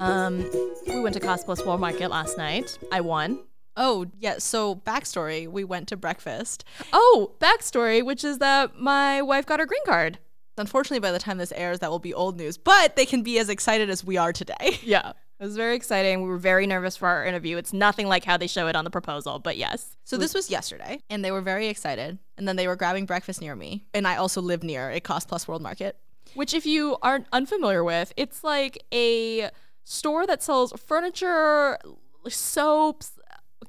Um, went to Cost Plus War Market last night. I won. Oh, yeah. So, backstory we went to breakfast. Oh, backstory, which is that my wife got her green card. Unfortunately, by the time this airs, that will be old news, but they can be as excited as we are today. Yeah. It was very exciting. We were very nervous for our interview. It's nothing like how they show it on the proposal, but yes. So, this was yesterday, and they were very excited. And then they were grabbing breakfast near me. And I also live near a Cost Plus World Market. Which, if you aren't unfamiliar with, it's like a store that sells furniture, soaps,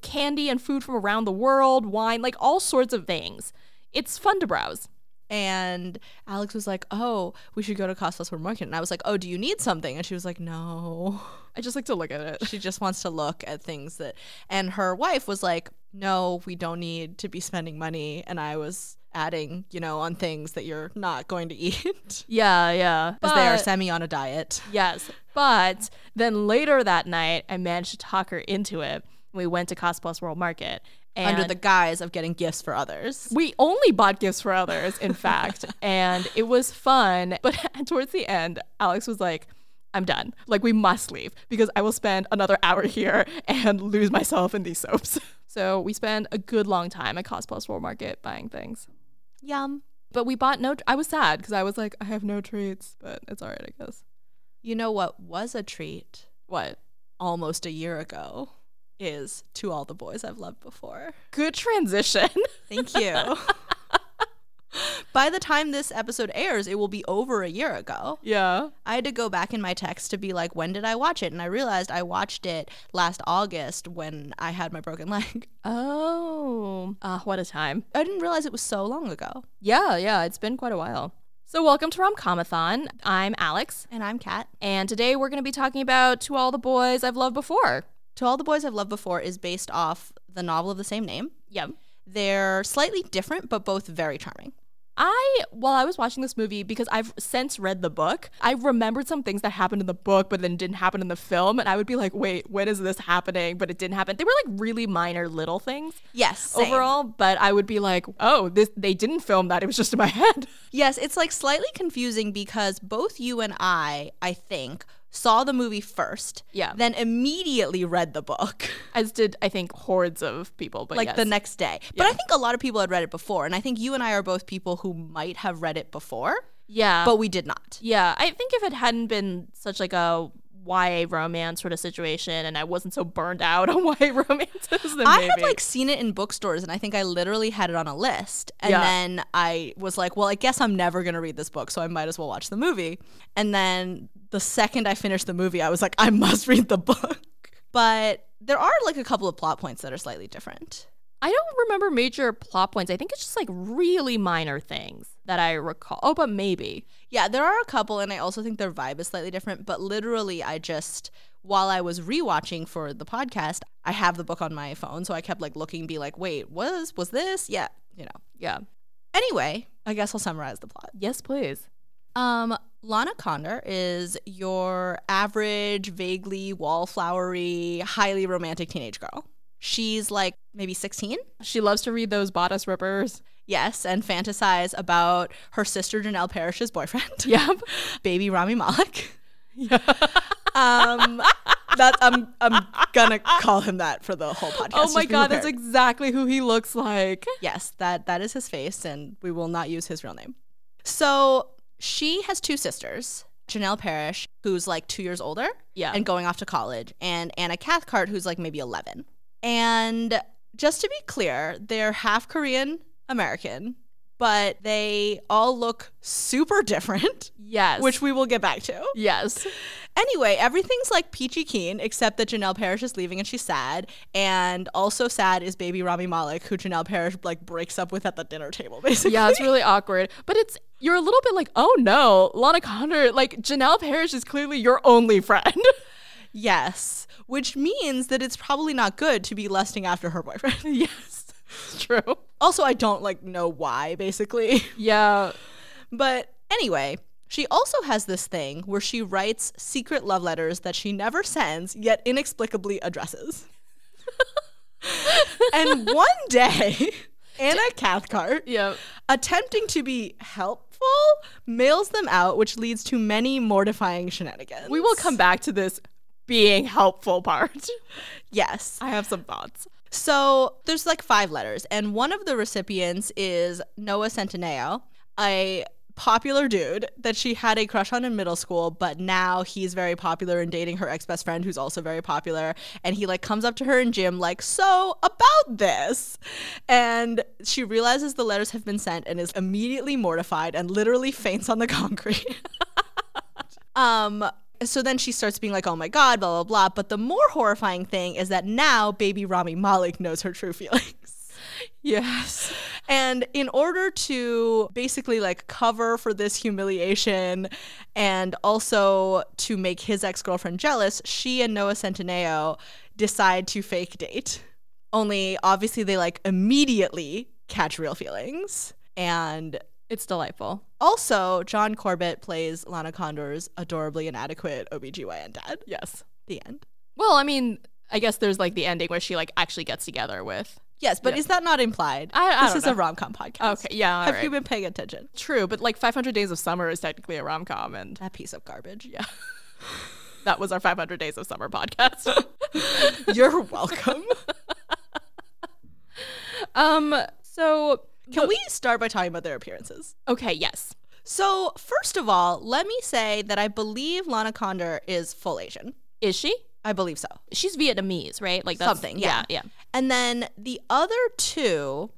candy, and food from around the world, wine, like all sorts of things. It's fun to browse. And Alex was like, Oh, we should go to Cost Plus World Market. And I was like, Oh, do you need something? And she was like, No. I just like to look at it. She just wants to look at things that. And her wife was like, No, we don't need to be spending money. And I was adding, you know, on things that you're not going to eat. Yeah, yeah. Because they are But- semi on a diet. Yes. But then later that night, I managed to talk her into it. We went to Cost Plus World Market. And under the guise of getting gifts for others. we only bought gifts for others, in fact. and it was fun. But towards the end, Alex was like, I'm done. Like, we must leave because I will spend another hour here and lose myself in these soaps. So we spent a good long time at Cost Plus World Market buying things. Yum. But we bought no, I was sad because I was like, I have no treats, but it's all right, I guess. You know what was a treat What? almost a year ago is to all the boys I've loved before. Good transition. Thank you. By the time this episode airs, it will be over a year ago. yeah. I had to go back in my text to be like, when did I watch it? And I realized I watched it last August when I had my broken leg. Oh, ah, what a time. I didn't realize it was so long ago. Yeah, yeah, it's been quite a while. So, welcome to Romcomathon. I'm Alex, And I'm Kat. and today we're going to be talking about To All the Boys I've Loved Before. To All the Boys I've Loved Before is based off the novel of the same name. Yeah. They're slightly different, but both very charming. I, while I was watching this movie, because I've since read the book, I remembered some things that happened in the book, but then didn't happen in the film. And I would be like, wait, when is this happening? But it didn't happen. They were like really minor little things Yes. same. overall, but I would be like, oh, this, they didn't film that. It was just in my head. Yes, it's like slightly confusing because both you and I, I think, saw the movie first. Yeah. Then immediately read the book. As did, I think, hordes of people. But Like yes. the next day. But I think a lot of people had read it before. And I think you and I are both people who might have read it before, Yeah. but we did not. Yeah, I think if it hadn't been such like a YA romance sort of situation, and I wasn't so burned out on YA romances, then I maybe. had like seen it in bookstores and I think I literally had it on a list. And Yeah. then I was like, well, I guess I'm never going to read this book, so I might as well watch the movie. And then the second I finished the movie, I was like, I must read the book. But there are like a couple of plot points that are slightly different. I don't remember major plot points. I think it's just like really minor things that I recall. Oh, but maybe. Yeah, there are a couple, and I also think their vibe is slightly different. But literally, I just, while I was rewatching for the podcast, I have the book on my phone, so I kept like looking, be like, wait, was was this? Yeah, you know. Yeah. Anyway, I guess I'll summarize the plot. Yes, please. Um, Lana Condor is your average, vaguely wallflowery, highly romantic teenage girl. She's like maybe 16, She loves to read those bodice rippers. yes, and fantasize about her sister Janelle Parrish's boyfriend, Yep. baby Rami Malek. Yeah. Um, that I'm I'm gonna call him that for the whole podcast. oh just my be god, that's prepared. exactly who he looks like. yes, that that is his face, and we will not use his real name. So she has two sisters, Janelle Parrish, who's like two years older, Yeah. and going off to college, and Anna Cathcart, who's like maybe 11. And just to be clear, they're half Korean American, but they all look super different, yes. which we will get back to. yes. Anyway, everything's like peachy keen except that Janelle Parrish is leaving and she's sad. And also sad is baby Rami Malek, who Janelle Parrish like breaks up with at the dinner table, basically. Yeah, it's really awkward. But it's you're a little bit like, oh no, Lana Condor, like Janelle Parrish is clearly your only friend. Yes. Which means that it's probably not good to be lusting after her boyfriend. yes, it's true. also, I don't like know why, basically. Yeah, But anyway, she also has this thing where she writes secret love letters that she never sends, yet inexplicably addresses. and one day, Anna Cathcart, yeah, attempting to be helpful, mails them out, which leads to many mortifying shenanigans. we will come back to this being helpful part. Yes. I have some thoughts. So there's like five letters, and one of the recipients is Noah Centineo, a popular dude that she had a crush on in middle school, but now he's very popular and dating her ex best friend, who's also very popular. And he like comes up to her in gym, like, "So about this," and she realizes the letters have been sent and is immediately mortified and literally faints on the concrete. Um, so then she starts being like, oh my God, blah, blah, blah. But the more horrifying thing is that now baby Rami Malik knows her true feelings. Yes. And in order to basically like cover for this humiliation and also to make his ex girlfriend jealous, she and Noah Centineo decide to fake date. Only obviously they like immediately catch real feelings. And It's delightful. also, John Corbett plays Lana Condor's adorably inadequate OBGYN dad. Yes. The end. Well, I mean, I guess there's like the ending where she like actually gets together with. Yes, but Yeah. is that not implied? I- I this don't is know. a rom com podcast. Okay, yeah, all Have you right. been paying attention? True, but like 500 Days of Summer is technically a rom com, and That piece of garbage. yeah, that was our 500 Days of Summer podcast. You're welcome. um, so Can we start by talking about their appearances? Okay, yes, So, first of all, let me say that I believe Lana Condor is full Asian. is she? I believe so. She's Vietnamese, right? Like that's, Something, yeah, And then the other two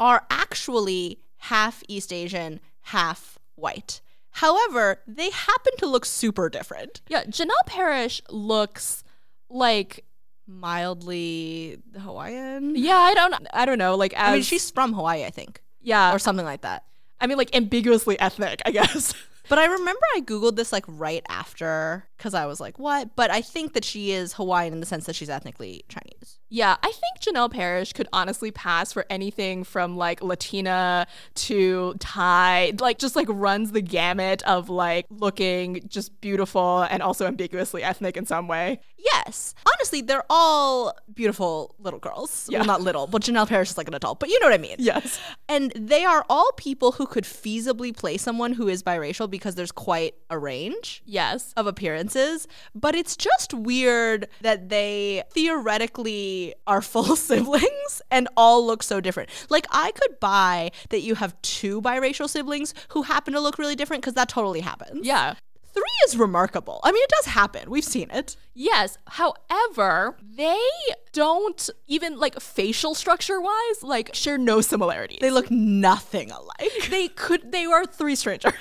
are actually half East Asian, half white. However, they happen to look super different. yeah. Janelle Parrish looks like Mildly Hawaiian. yeah. I don't, I don't know. Like as I mean, she's from Hawaii, I think, yeah. or something like that. I mean, like ambiguously ethnic, I guess. But I remember I Googled this like right after because I was like, what? But I think that she is Hawaiian in the sense that she's ethnically Chinese. Yeah, I think Janelle Parrish could honestly pass for anything from like Latina to Thai, like just like runs the gamut of like looking just beautiful and also ambiguously ethnic in some way. Yes. Honestly, they're all beautiful little girls. Yeah. Well, not little, but Janelle Parrish is like an adult, but you know what I mean. Yes. And they are all people who could feasibly play someone who is biracial because there's quite a range. Yes. of appearances, but it's just weird that they theoretically are full siblings and all look so different. Like, I could buy that you have two biracial siblings who happen to look really different because that totally happens. Yeah. Three is remarkable. I mean, it does happen. We've seen it. Yes. However, they don't even like facial structure wise, like share no similarities. They look nothing alike. they could they are three strangers.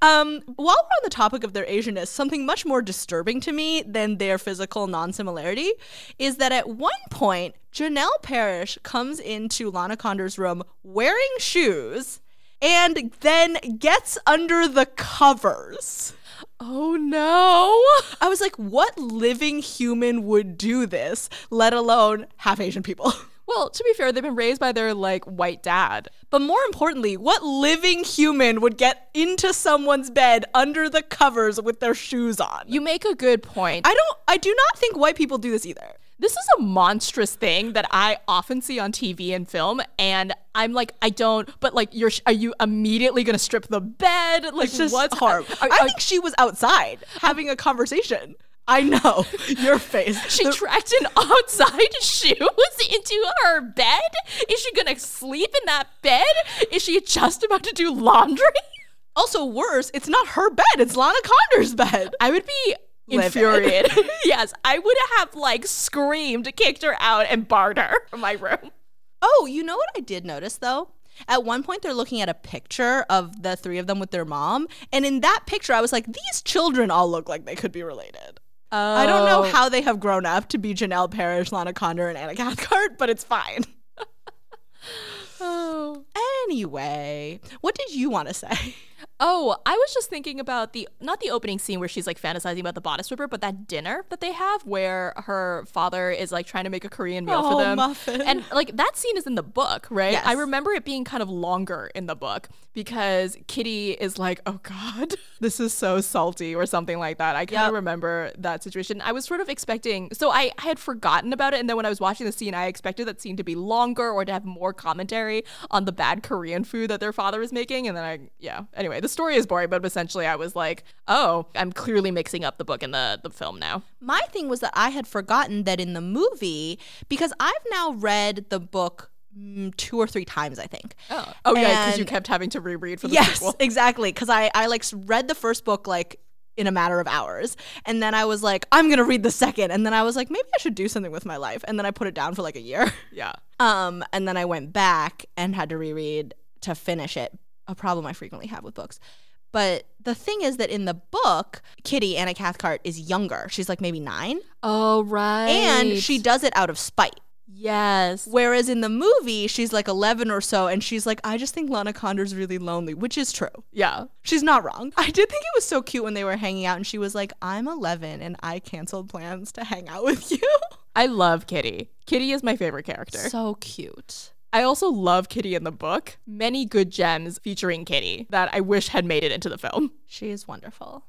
Um, while we're on the topic of their Asianness, something much more disturbing to me than their physical non similarity is that at one point, Janelle Parrish comes into Lana Condor's room wearing shoes and then gets under the covers. oh no. I was like, what living human would do this, let alone half Asian people? Well, to be fair, they've been raised by their like white dad. But more importantly, what living human would get into someone's bed under the covers with their shoes on? You make a good point. I don't I do not think white people do this either. this is a monstrous thing that I often see on TV and film, and I'm like, I don't. But like, you're are you immediately gonna strip the bed? Like, It's just what's horrible. Are, I are- think she was outside having a conversation. I know your face. she The- tracked an outside shoes into her bed. Is she gonna sleep in that bed? Is she just about to do laundry? also worse, it's not her bed. It's Lana Condor's bed. I would be. Livid. Infuriated. yes, I would have like screamed, kicked her out, and barred her from my room. Oh, you know what I did notice though? At one point, they're looking at a picture of the three of them with their mom, and in that picture, I was like, "These children all look like they could be related." I don't know how they have grown up to be Janelle Parrish, Lana Condor, and Anna Cathcart, but it's fine. Oh. Anyway, what did you want to say? Oh, I was just thinking about the not the opening scene where she's like fantasizing about the bodice whipper, but that dinner that they have where her father is like trying to make a Korean meal Oh, for them. muffin. And like that scene is in the book, right? Yes. I remember it being kind of longer in the book because Kitty is like, "Oh god, this is so salty" or something like that. I kind of Yep. remember that situation. I was sort of expecting so I, I had forgotten about it and then when I was watching the scene, I expected that scene to be longer or to have more commentary on the bad Korean food that their father is making and then I yeah. Anyway, this story is boring, but essentially I was like, oh, I'm clearly mixing up the book and the, the film now. My thing was that I had forgotten that in the movie, because I've now read the book mm, two or three times, I think. Oh, oh yeah, because you And- kept having to reread for the yes, sequel. exactly. Because I, I like s- read the first book like in a matter of hours. And then I was like, I'm going to read the second. And then I was like, maybe I should do something with my life. And then I put it down for like a year. Yeah. Um, and then I went back and had to reread to finish it. A problem I frequently have with books. But the thing is that in the book, Kitty, Anna Cathcart, is younger. She's like maybe nine. Oh right. And she does it out of spite. yes. Whereas in the movie, she's like 11 or so. And she's like, I just think Lana Condor's really lonely, which is true. Yeah. She's not wrong. I did think it was so cute when they were hanging out and she was like, I'm 11 and I canceled plans to hang out with you. I love Kitty. Kitty is my favorite character. So cute. I also love Kitty in the book. Many good gems featuring Kitty that I wish had made it into the film. She is wonderful.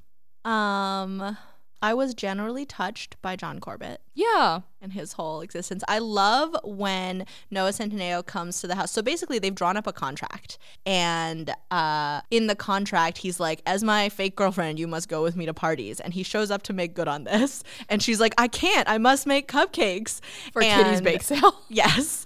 Um, I was generally touched by John Corbett Yeah. and his whole existence. I love when Noah Centineo comes to the house. So basically, they've drawn up a contract, and uh, in the contract, he's like, "As my fake girlfriend, you must go with me to parties." And he shows up to make good on this, and she's like, "I can't. I must make cupcakes For Kitty's And- bake sale. Yes.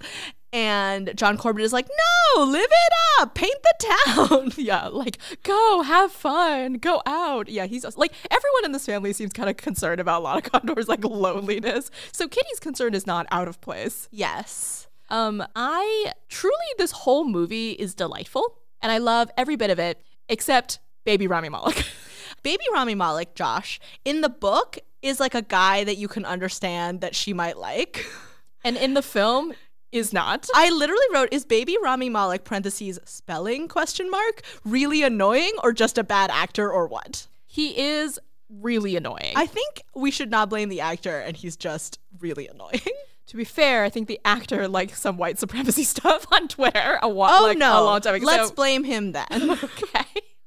And John Corbett is like, "No, live it up, paint the town." yeah, like go have fun, go out. Yeah, he's like everyone in this family seems kind of concerned about Lana Condor's like loneliness. So Kitty's concern is not out of place. yes. Um, I truly, this whole movie is delightful, and I love every bit of it except Baby Rami Malek. Baby Rami Malek, Josh, in the book is like a guy that you can understand that she might like. and in the film, is not. I literally wrote, is baby Rami Malek parentheses spelling question mark really annoying or just a bad actor or what? He is really annoying. I think we should not blame the actor and he's just really annoying. to be fair, I think the actor liked some white supremacy stuff on Twitter a while, Oh like, no. a long time ago. Let's So- blame him then. okay.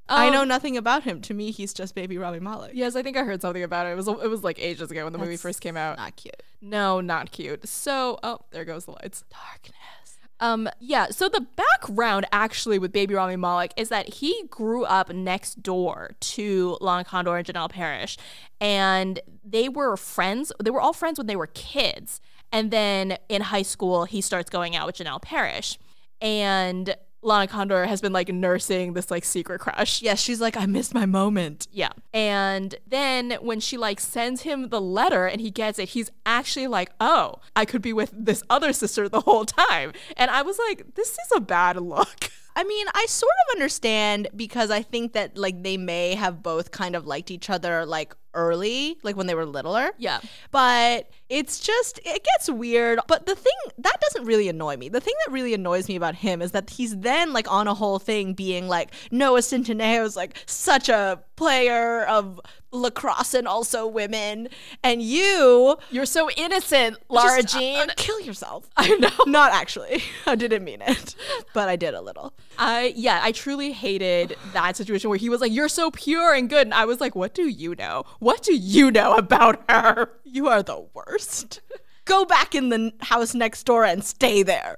I Um, know nothing about him. To me, he's just baby Rami Malek. Yes, I think I heard something about it. It was it was like ages ago when the movie That's first came out. Not cute. No, not cute. So, oh, there goes the lights. Darkness. Um, yeah, so the background actually with Baby Rami Malek is that he grew up next door to Lana Condor and Janelle Parrish, and they were friends. They were all friends when they were kids. And then in high school, he starts going out with Janelle Parrish. And Lana Condor has been like nursing this like secret crush. Yes, she's like, I missed my moment. Yeah. And then when she like sends him the letter and he gets it, he's actually like, "Oh, I could be with this other sister the whole time." And I was like, "This is a bad look." I mean, I sort of understand because I think that like they may have both kind of liked each other like early, like when they were littler. Yeah. But it's just it gets weird. But the thing that doesn't really annoy me. The thing that really annoys me about him is that he's then like on a whole thing being like Noah Centineo is like such a player of lacrosse and also women, and you You're so innocent, Lara just, uh, Jean. uh, kill yourself. I know. Not actually. I didn't mean it, but I did a little. I yeah, I truly hated that situation where he was like, "You're so pure and good." And I was like, "What do you know? What do you know about her?" You are the worst. Go back in the n- house next door and stay there.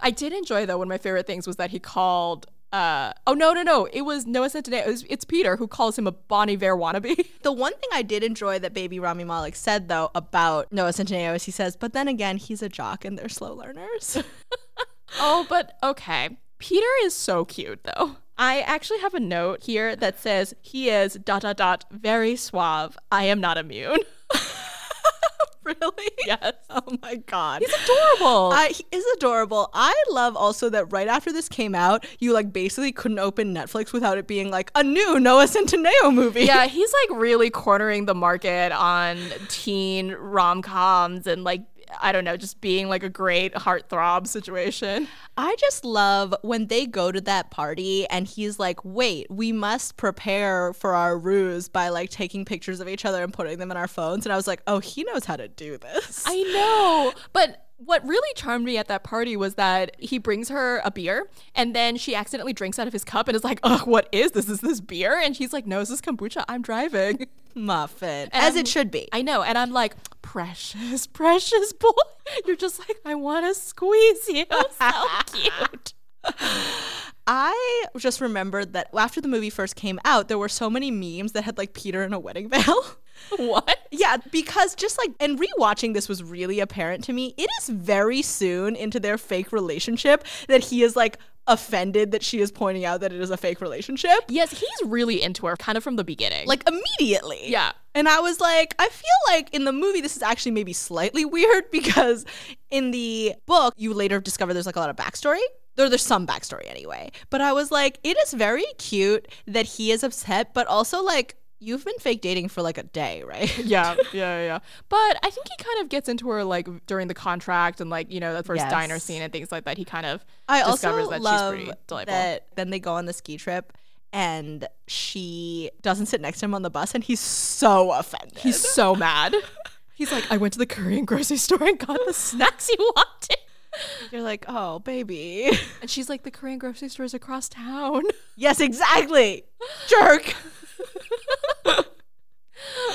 I did enjoy though. One of my favorite things was that he called. Uh, oh no no no! It was Noah Centineo. It was, it's Peter who calls him a Bonnie Vare wannabe. The one thing I did enjoy that baby Rami Malek said though about Noah Centineo is he says, but then again, he's a jock and they're slow learners. Oh, but okay. Peter is so cute, though. I actually have a note here that says he is dot dot dot very suave. I am not immune. really? Yes, Oh my god. he's adorable. I, he is adorable. I love also that right after this came out, you like basically couldn't open Netflix without it being like a new Noah Centineo movie. yeah, he's like really cornering the market on teen rom coms and like I don't know, just being like a great heartthrob situation. I just love when they go to that party and he's like, wait, we must prepare for our ruse by like taking pictures of each other and putting them in our phones. And I was like, oh, he knows how to do this. I know. But what really charmed me at that party was that he brings her a beer and then she accidentally drinks out of his cup and is like, Ugh, what is this? Is this beer? And he's like, No, this is kombucha. I'm driving. Muffin. And As I'm- it should be. I know. And I'm like, Precious, precious boy. You're just like, I want to squeeze you. So cute. I just remembered that after the movie first came out, there were so many memes that had like Peter in a wedding veil. What? yeah, because just like, and rewatching this was really apparent to me. It is very soon into their fake relationship that he is like offended that she is pointing out that it is a fake relationship. Yes, he's really into her, kind of from the beginning. Like immediately. yeah. And I was like, I feel like in the movie, this is actually maybe slightly weird because in the book, you later discover there's like a lot of backstory. There, there's some backstory anyway. But I was like, it is very cute that he is upset, but also like, you've been fake dating for like a day, right? Yeah, yeah, yeah. But I think he kind of gets into her like during the contract and like, you know, that first Yes. diner scene and things like that. He kind of I discovers also that love she's pretty delightful. that then they go on the ski trip and she doesn't sit next to him on the bus and he's so offended. He's so mad. He's like, I went to the Korean grocery store and got the snacks you wanted. You're like, oh, baby. And she's like, the Korean grocery store is across town. yes, exactly. Jerk.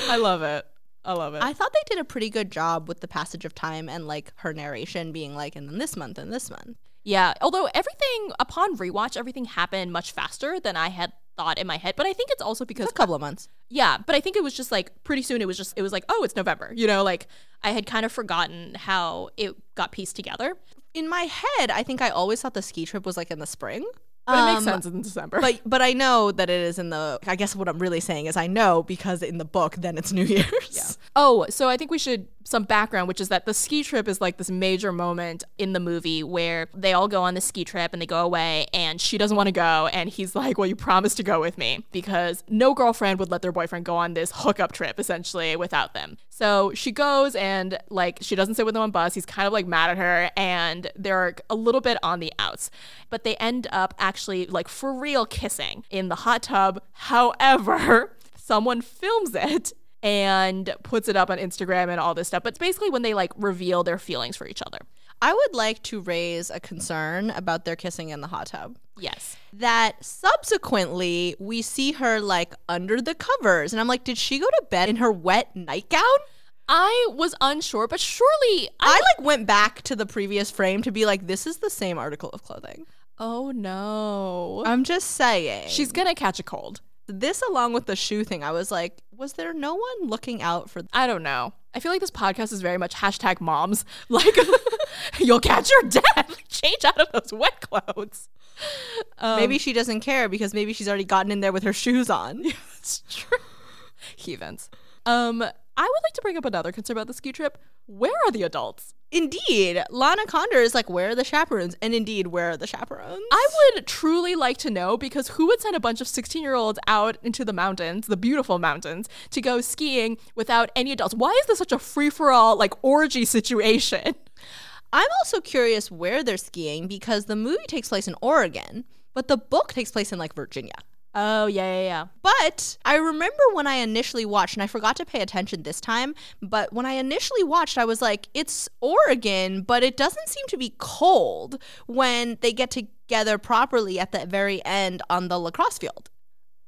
I love it. I love it. I thought they did a pretty good job with the passage of time and like her narration being like, and then this month and this month. yeah. Although everything upon rewatch, everything happened much faster than I had thought in my head. But I think it's also because A couple of months. Yeah, but I think it was just like pretty soon it was just it was like, oh, it's November. You know, like I had kind of forgotten how it got pieced together. In my head, I think I always thought the ski trip was like in the spring. But it makes Um, sense in December. But but I know that it is in the I guess what I'm really saying is I know because in the book then it's New Year's. oh, so I think we should some background, which is that the ski trip is like this major moment in the movie where they all go on the ski trip and they go away and she doesn't want to go and he's like, Well, you promised to go with me because no girlfriend would let their boyfriend go on this hookup trip essentially without them. So she goes and like she doesn't sit with him on bus. He's kind of like mad at her and they're a little bit on the outs. But they end up actually like for real kissing in the hot tub. However, someone films it and puts it up on Instagram and all this stuff. But it's basically when they like reveal their feelings for each other. I would like to raise a concern about their kissing in the hot tub. Yes. That subsequently we see her like under the covers and I'm like, did she go to bed in her wet nightgown? I was unsure, but surely I. I like went back to the previous frame to be like, this is the same article of clothing. Oh no. I'm just saying. She's gonna catch a cold. this along with the shoe thing. I was like, was there no one looking out for? I don't know. I feel like this podcast is very much hashtag moms. Like, you'll catch your death. Change out of those wet clothes. Um, maybe she doesn't care because maybe she's already gotten in there with her shoes on. It's true. Heathens. Um, I would like to bring up another concern about the ski trip. Where are the adults? Indeed, Lana Condor is like, where are the chaperones? And indeed, where are the chaperones? I would truly like to know because who would send a bunch of 16 year olds out into the mountains, the beautiful mountains, to go skiing without any adults? Why is this such a free for all, like orgy situation? I'm also curious where they're skiing because the movie takes place in Oregon, but the book takes place in like Virginia. Oh, yeah, yeah, yeah. But I remember when I initially watched, and I forgot to pay attention this time, but when I initially watched, I was like, it's Oregon, but it doesn't seem to be cold when they get together properly at the very end on the lacrosse field.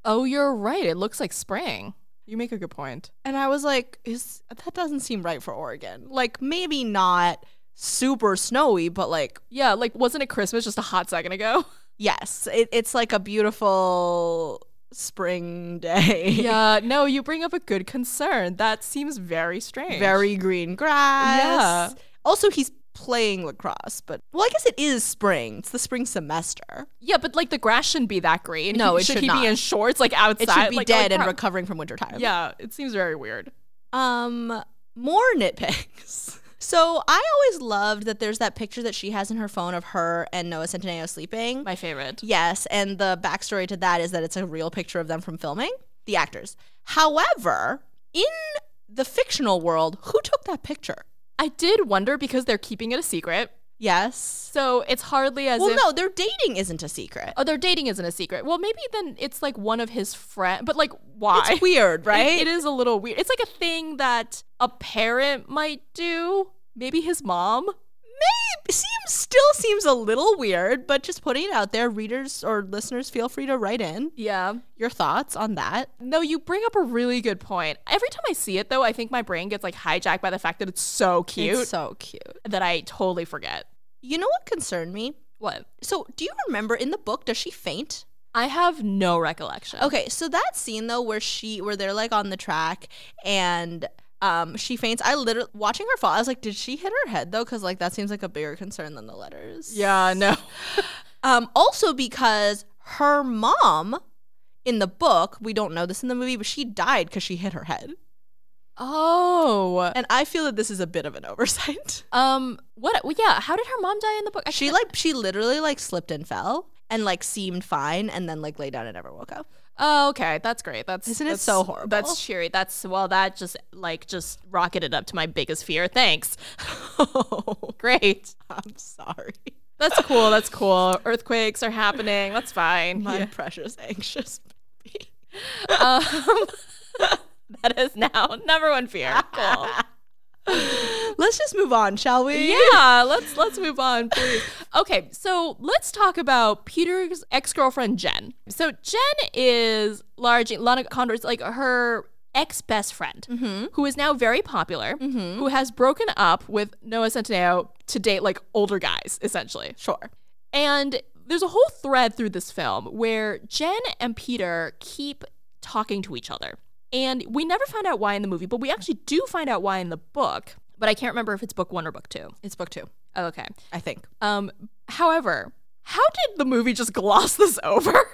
Oh, you're right. It looks like spring. You make a good point. And I was like, is that doesn't seem right for Oregon. Like maybe not super snowy, but like Yeah, like wasn't it Christmas just a hot second ago? yes, it, it's like a beautiful spring day. yeah, no, you bring up a good concern. That seems very strange. very green grass. Yeah. Also, he's playing lacrosse, but well, I guess it is spring. It's the spring semester. Yeah, but like the grass shouldn't be that green. No, He- it should, should he not. be in shorts like outside. It should be Like, dead like, and pro- recovering from wintertime. Yeah, it seems very weird. Um, more nitpicks. So I always loved that there's that picture that she has in her phone of her and Noah Centineo sleeping. My favorite. Yes, and the backstory to that is that it's a real picture of them from filming, the actors. However, in the fictional world, who took that picture? I did wonder because they're keeping it a secret. Yes. So it's hardly as Well, if no, their dating isn't a secret. oh, their dating isn't a secret. Well, maybe then it's like one of his friend, but like why? It's weird, right? It- it is a little weird. It's like a thing that a parent might do. Maybe his mom. It seems still seems a little weird, but just putting it out there, readers or listeners, feel free to write in Yeah. your thoughts on that. No, you bring up a really good point. Every time I see it though, I think my brain gets like hijacked by the fact that it's so cute It's so cute. that I totally forget. You know what concerned me What? So, do you remember in the book does she faint? I have no recollection. Okay, so that scene though where she where they're like on the track and um she faints. I literally watching her fall. I was like, did she hit her head though? Cuz like that seems like a bigger concern than the letters. Yeah, no. Um also because her mom in the book, we don't know this in the movie, but she died cuz she hit her head. Oh. And I feel that this is a bit of an oversight. Um what well, yeah, how did her mom die in the book? I she can't- like she literally like slipped and fell and like seemed fine and then like lay down and never woke up. Oh, okay. That's great. That's Isn't it that's- so horrible? That's cheery. That's well that just like just rocketed up to my biggest fear. Thanks. great. Oh, I'm sorry. That's cool. That's cool. Earthquakes are happening. That's fine. my precious anxious baby. Um, that is now number one fear. Cool. Let's just move on, shall we? Yeah, let's let's move on, please. Okay, so let's talk about Peter's ex-girlfriend Jen. So Jen is large Lana Condor's like her ex-best friend who is now very popular, who has broken up with Noah Centineo to date like older guys essentially. Sure. And there's a whole thread through this film where Jen and Peter keep talking to each other. And we never found out why in the movie, but we actually do find out why in the book. But I can't remember if it's book one or book two. It's book two, Oh, Okay. I think. Um, however, how did the movie just gloss this over?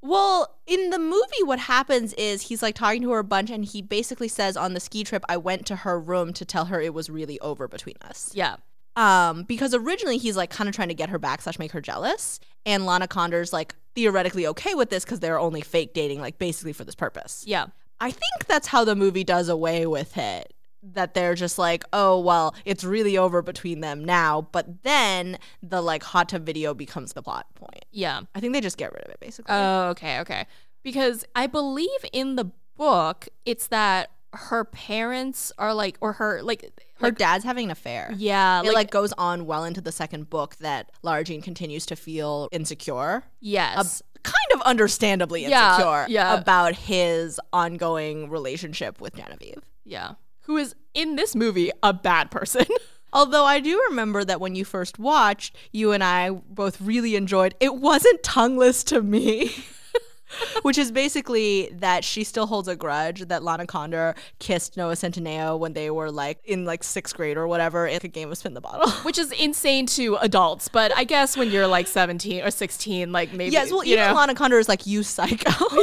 Well, in the movie, what happens is he's like talking to her a bunch, and he basically says on the ski trip, I went to her room to tell her it was really over between us. yeah. Um, because originally he's like kind of trying to get her back slash make her jealous, and Lana Condor's like theoretically okay with this because they're only fake dating, like basically for this purpose. Yeah. I think that's how the movie does away with it. That they're just like, oh well, it's really over between them now. But then the like hot tub video becomes the plot point. Yeah. I think they just get rid of it basically. Oh, okay, okay. Because I believe in the book it's that her parents are like or her like Her dad's having an affair. yeah, It like, goes on well into the second book that Lara Jean continues to feel insecure, yes. kind of understandably Yeah, insecure yeah. about his ongoing relationship with Genevieve. yeah. Who is in this movie a bad person? Although I do remember that when you first watched, you and I both really enjoyed It Wasn't Tongueless to Me. Which is basically that she still holds a grudge that Lana Condor kissed Noah Centineo when they were like in like sixth grade or whatever in a game of spin the bottle. Which is insane to adults, but I guess when you're like 17 or 16, like maybe yes, well, you even know, Lana Condor is like, you psycho.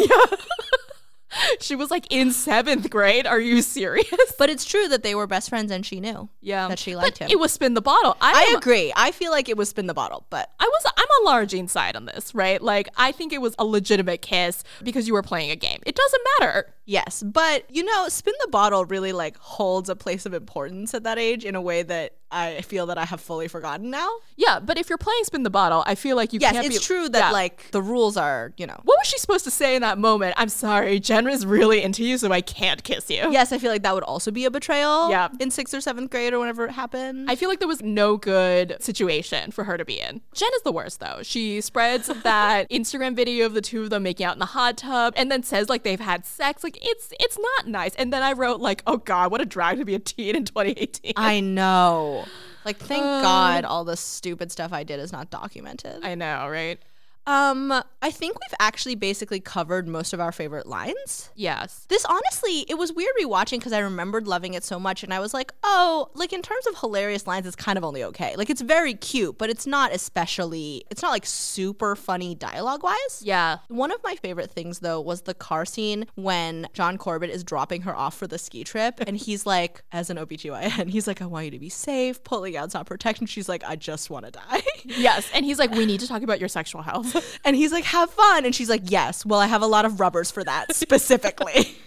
she was like in 7th grade. Are you serious? But it's true that they were best friends and she knew Yeah. that she liked him. It was spin the bottle. I, I am- agree. I feel like it was spin the bottle, but I was I'm on Lara Jean's side on this, right? Like I think it was a legitimate kiss because you were playing a game. It doesn't matter. Yes, but you know, spin the bottle really like holds a place of importance at that age in a way that I feel that I have fully forgotten now. Yeah, but if you're playing spin the bottle, I feel like you Yes, can't it's be- true that Yeah. like the rules are, you know. what was she supposed to say in that moment? I'm sorry, Jen is really into you, so I can't kiss you. Yes, I feel like that would also be a betrayal. Yeah. in sixth or seventh grade or whenever it happened. I feel like there was no good situation for her to be in. Jen is the worst though. She spreads that Instagram video of the two of them making out in the hot tub and then says like they've had sex. Like it's it's not nice. And then I wrote like, "Oh god, what a drag to be a teen in 2018." I know. Like, thank God all the stupid stuff I did is not documented. I know, right? um, I think we've actually basically covered most of our favorite lines. Yes. This honestly, it was weird rewatching because I remembered loving it so much, and I was like, oh, like in terms of hilarious lines, it's kind of only okay. Like it's very cute, but it's not especially. It's not like super funny dialogue wise. Yeah. One of my favorite things though was the car scene when John Corbett is dropping her off for the ski trip and he's like, as an OBGYN, he's like, I want you to be safe, pulling out top protection. She's like, I just want to die. Yes. And he's like, we need to talk about your sexual health. And he's like, have fun. And she's like, yes, well, I have a lot of rubbers for that specifically.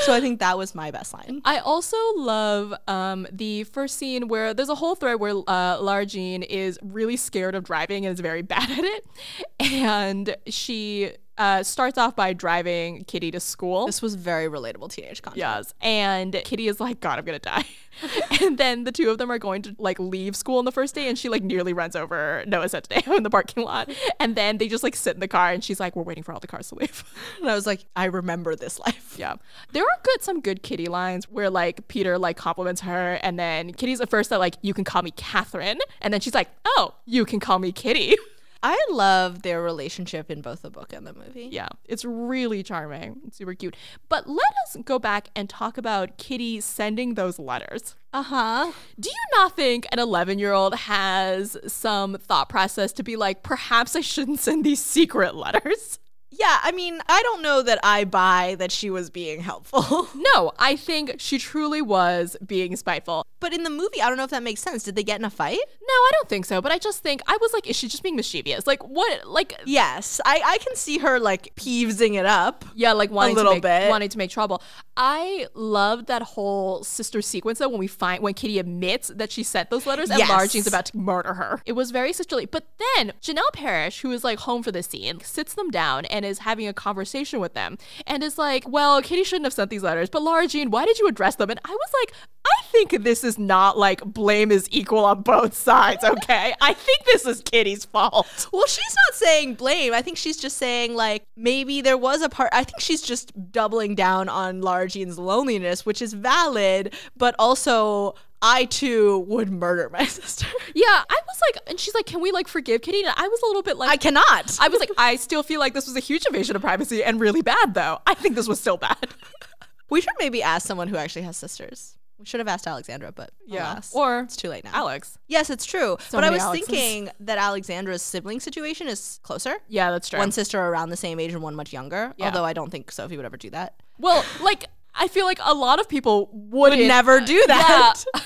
so I think that was my best line. I also love um, the first scene where there's a whole thread where uh, Lara Jean is really scared of driving and is very bad at it. And she uh, starts off by driving Kitty to school. This was very relatable teenage content. Yes. And Kitty is like, God, I'm gonna die. and then the two of them are going to like leave school on the first day, and she like nearly runs over Noah Centineo in the parking lot. And then they just like sit in the car, and she's like, We're waiting for all the cars to leave. And I was like, I remember this life. yeah, there are good some good Kitty lines where like Peter like compliments her, and then Kitty's at first that like, You can call me Catherine, and then she's like, Oh, you can call me Kitty. I love their relationship in both the book and the movie. Yeah, it's really charming, It's super cute. But let us go back and talk about Kitty sending those letters. Uh huh. Do you not think an 11 year old has some thought process to be like, perhaps I shouldn't send these secret letters? Yeah, I mean, I don't know that I buy that she was being helpful. No, I think she truly was being spiteful. but in the movie, I don't know if that makes sense. Did they get in a fight? No, I don't think so, but I just think, I was like, is she just being mischievous? Like, what? Like, Yes. I, I can see her like peevesing it up. yeah, like wanting little to make, bit. wanting to make trouble. I loved that whole sister sequence though when we find when Kitty admits that she sent those letters and Yes. Margie's about to murder her. It was very sisterly. But then Janelle Parrish, who is like home for this scene, sits them down and is having a conversation with them and is like, "Well, Kitty shouldn't have sent these letters, but Laura Jean, why did you address them?" And I was like, "I think this is not like blame is equal on both sides, okay? I think this is Kitty's fault." Well, she's not saying blame. I think she's just saying like maybe there was a part. I think she's just doubling down on Lara Jean's loneliness, which is valid, but also I too would murder my sister. Yeah, I was like, and she's like, "Can we like forgive Kitty?" And I was a little bit like, I cannot. I was like, I still feel like this was a huge invasion of privacy and really bad, though. I think this was still bad. we should maybe ask someone who actually has sisters. We should have asked Alexandra, but Yeah. alas, Or it's too late now. Alex. Yes, it's true. but I many was Alexes. thinking that Alexandra's sibling situation is closer. Yeah, that's true. One sister around the same age and one much younger. Yeah. Although I don't think Sophie would ever do that. well, like, I feel like a lot of people wouldn't. Would never do Yeah. that.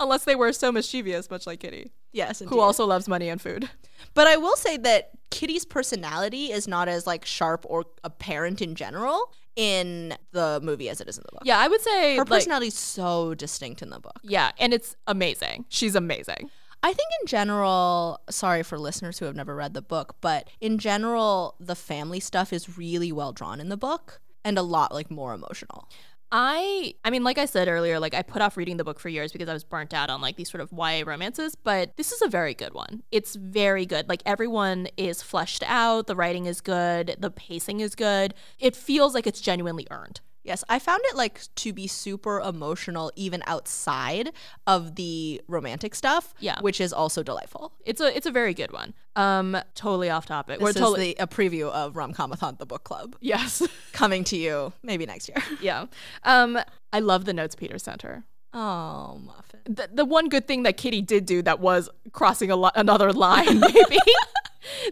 Unless they were so mischievous, much like Kitty, Yes. who also loves money and food. But I will say that Kitty's personality is not as like sharp or apparent in general in the movie as it is in the book. Yeah, I would say. Her like- personality is so distinct in the book. yeah, and it's amazing. She's amazing. I think in general, sorry for listeners who have never read the book, but in general, the family stuff is really well drawn in the book and a lot like more emotional. I I mean like I said earlier like I put off reading the book for years because I was burnt out on like these sort of YA romances but this is a very good one. It's very good. Like everyone is fleshed out, the writing is good, the pacing is good. It feels like it's genuinely earned. Yes, I found it like to be super emotional even outside of the romantic stuff, Yeah. which is also delightful. It's a it's a very good one. Um totally off topic. This We're totally is the, a preview of Rom Comathon, the book club, Yes. coming to you maybe next year. yeah. Um I love the notes Peter sent her. Oh, Muffin. the, the one good thing that Kitty did do that was crossing a li- another line, maybe.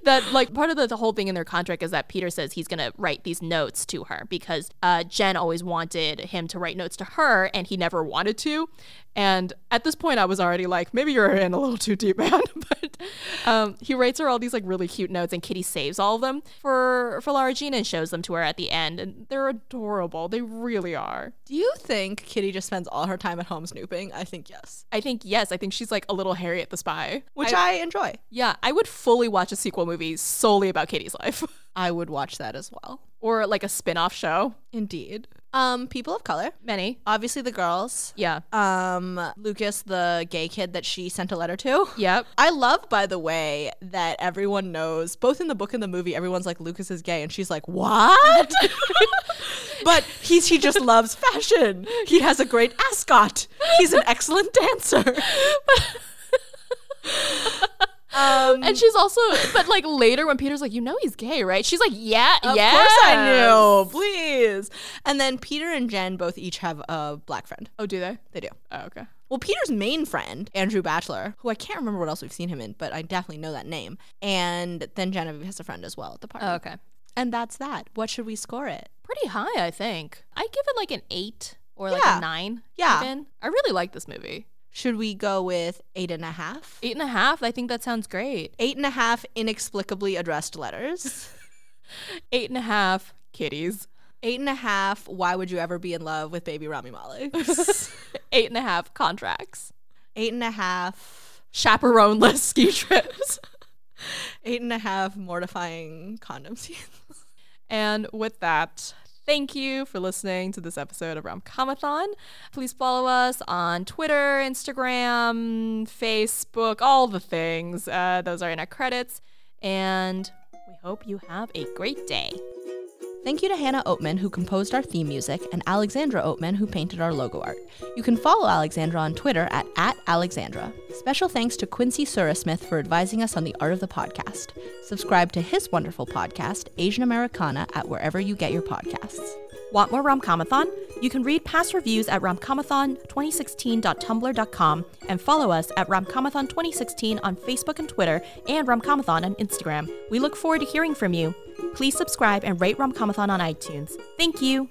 that like part of the, the whole thing in their contract is that Peter says he's gonna write these notes to her because uh, Jen always wanted him to write notes to her and he never wanted to. And at this point, I was already like, maybe you're in a little too deep, man. but um, he writes her all these like really cute notes, and Kitty saves all of them for for Lara Jean and shows them to her at the end, and they're adorable. They really are. Do you think Kitty just spends all her time at home snooping? I think yes, I think yes, I think she's like a little Harriet the Spy, which I, enjoy. Yeah, I would fully watch a sequel movie solely about Katie's life I would watch that as well. or like a spin off show. Indeed. Um, people of color, Many. obviously the girls. Yeah. Um, Lucas, the gay kid that she sent a letter to. Yep. I love, by the way, that everyone knows, both in the book and the movie, everyone's like, Lucas is gay. And she's like, what? but he's, he just loves fashion. He has a great ascot. He's an excellent dancer. um, And she's also, but like later when Peter's like, you know he's gay, right? She's like, yeah, of yeah. course I knew, please. And then Peter and Jen both each have a black friend. Oh, do they? They do. Oh, okay. Well, Peter's main friend, Andrew Batchelor, who I can't remember what else we've seen him in, but I definitely know that name. And then Genevieve has a friend as well at the party. Oh, okay. And that's that. What should we score it? Pretty high, I think. I'd give it like an eight or like Yeah. a nine. Yeah. Even. I really like this movie. Should we go with eight and a half? Eight and a half. I think that sounds great. Eight and a half inexplicably addressed letters. Eight and a half kitties. eight and a half, why would you ever be in love with baby Rami Malek? Eight and a half contracts. eight and a half, Chaperoneless ski trips. eight and a half mortifying condom scenes. And with that, thank you for listening to this episode of Romcomathon. Please follow us on Twitter, Instagram, Facebook, all the things. Uh, those are in our credits. And we hope you have a great day. Thank you to Hannah Oatman, who composed our theme music, and Alexandra Oatman, who painted our logo art. You can follow Alexandra on Twitter at, at Alexandra. Special thanks to Quincy Surasmith for advising us on the art of the podcast. Subscribe to his wonderful podcast, Asian Americana, at wherever you get your podcasts. Want more Romcomathon? You can read past reviews at romcomathon2016.tumblr.com and follow us at romcomathon2016 on Facebook and Twitter and romcomathon on Instagram. We look forward to hearing from you. Please subscribe and rate Romcomathon on iTunes. Thank you.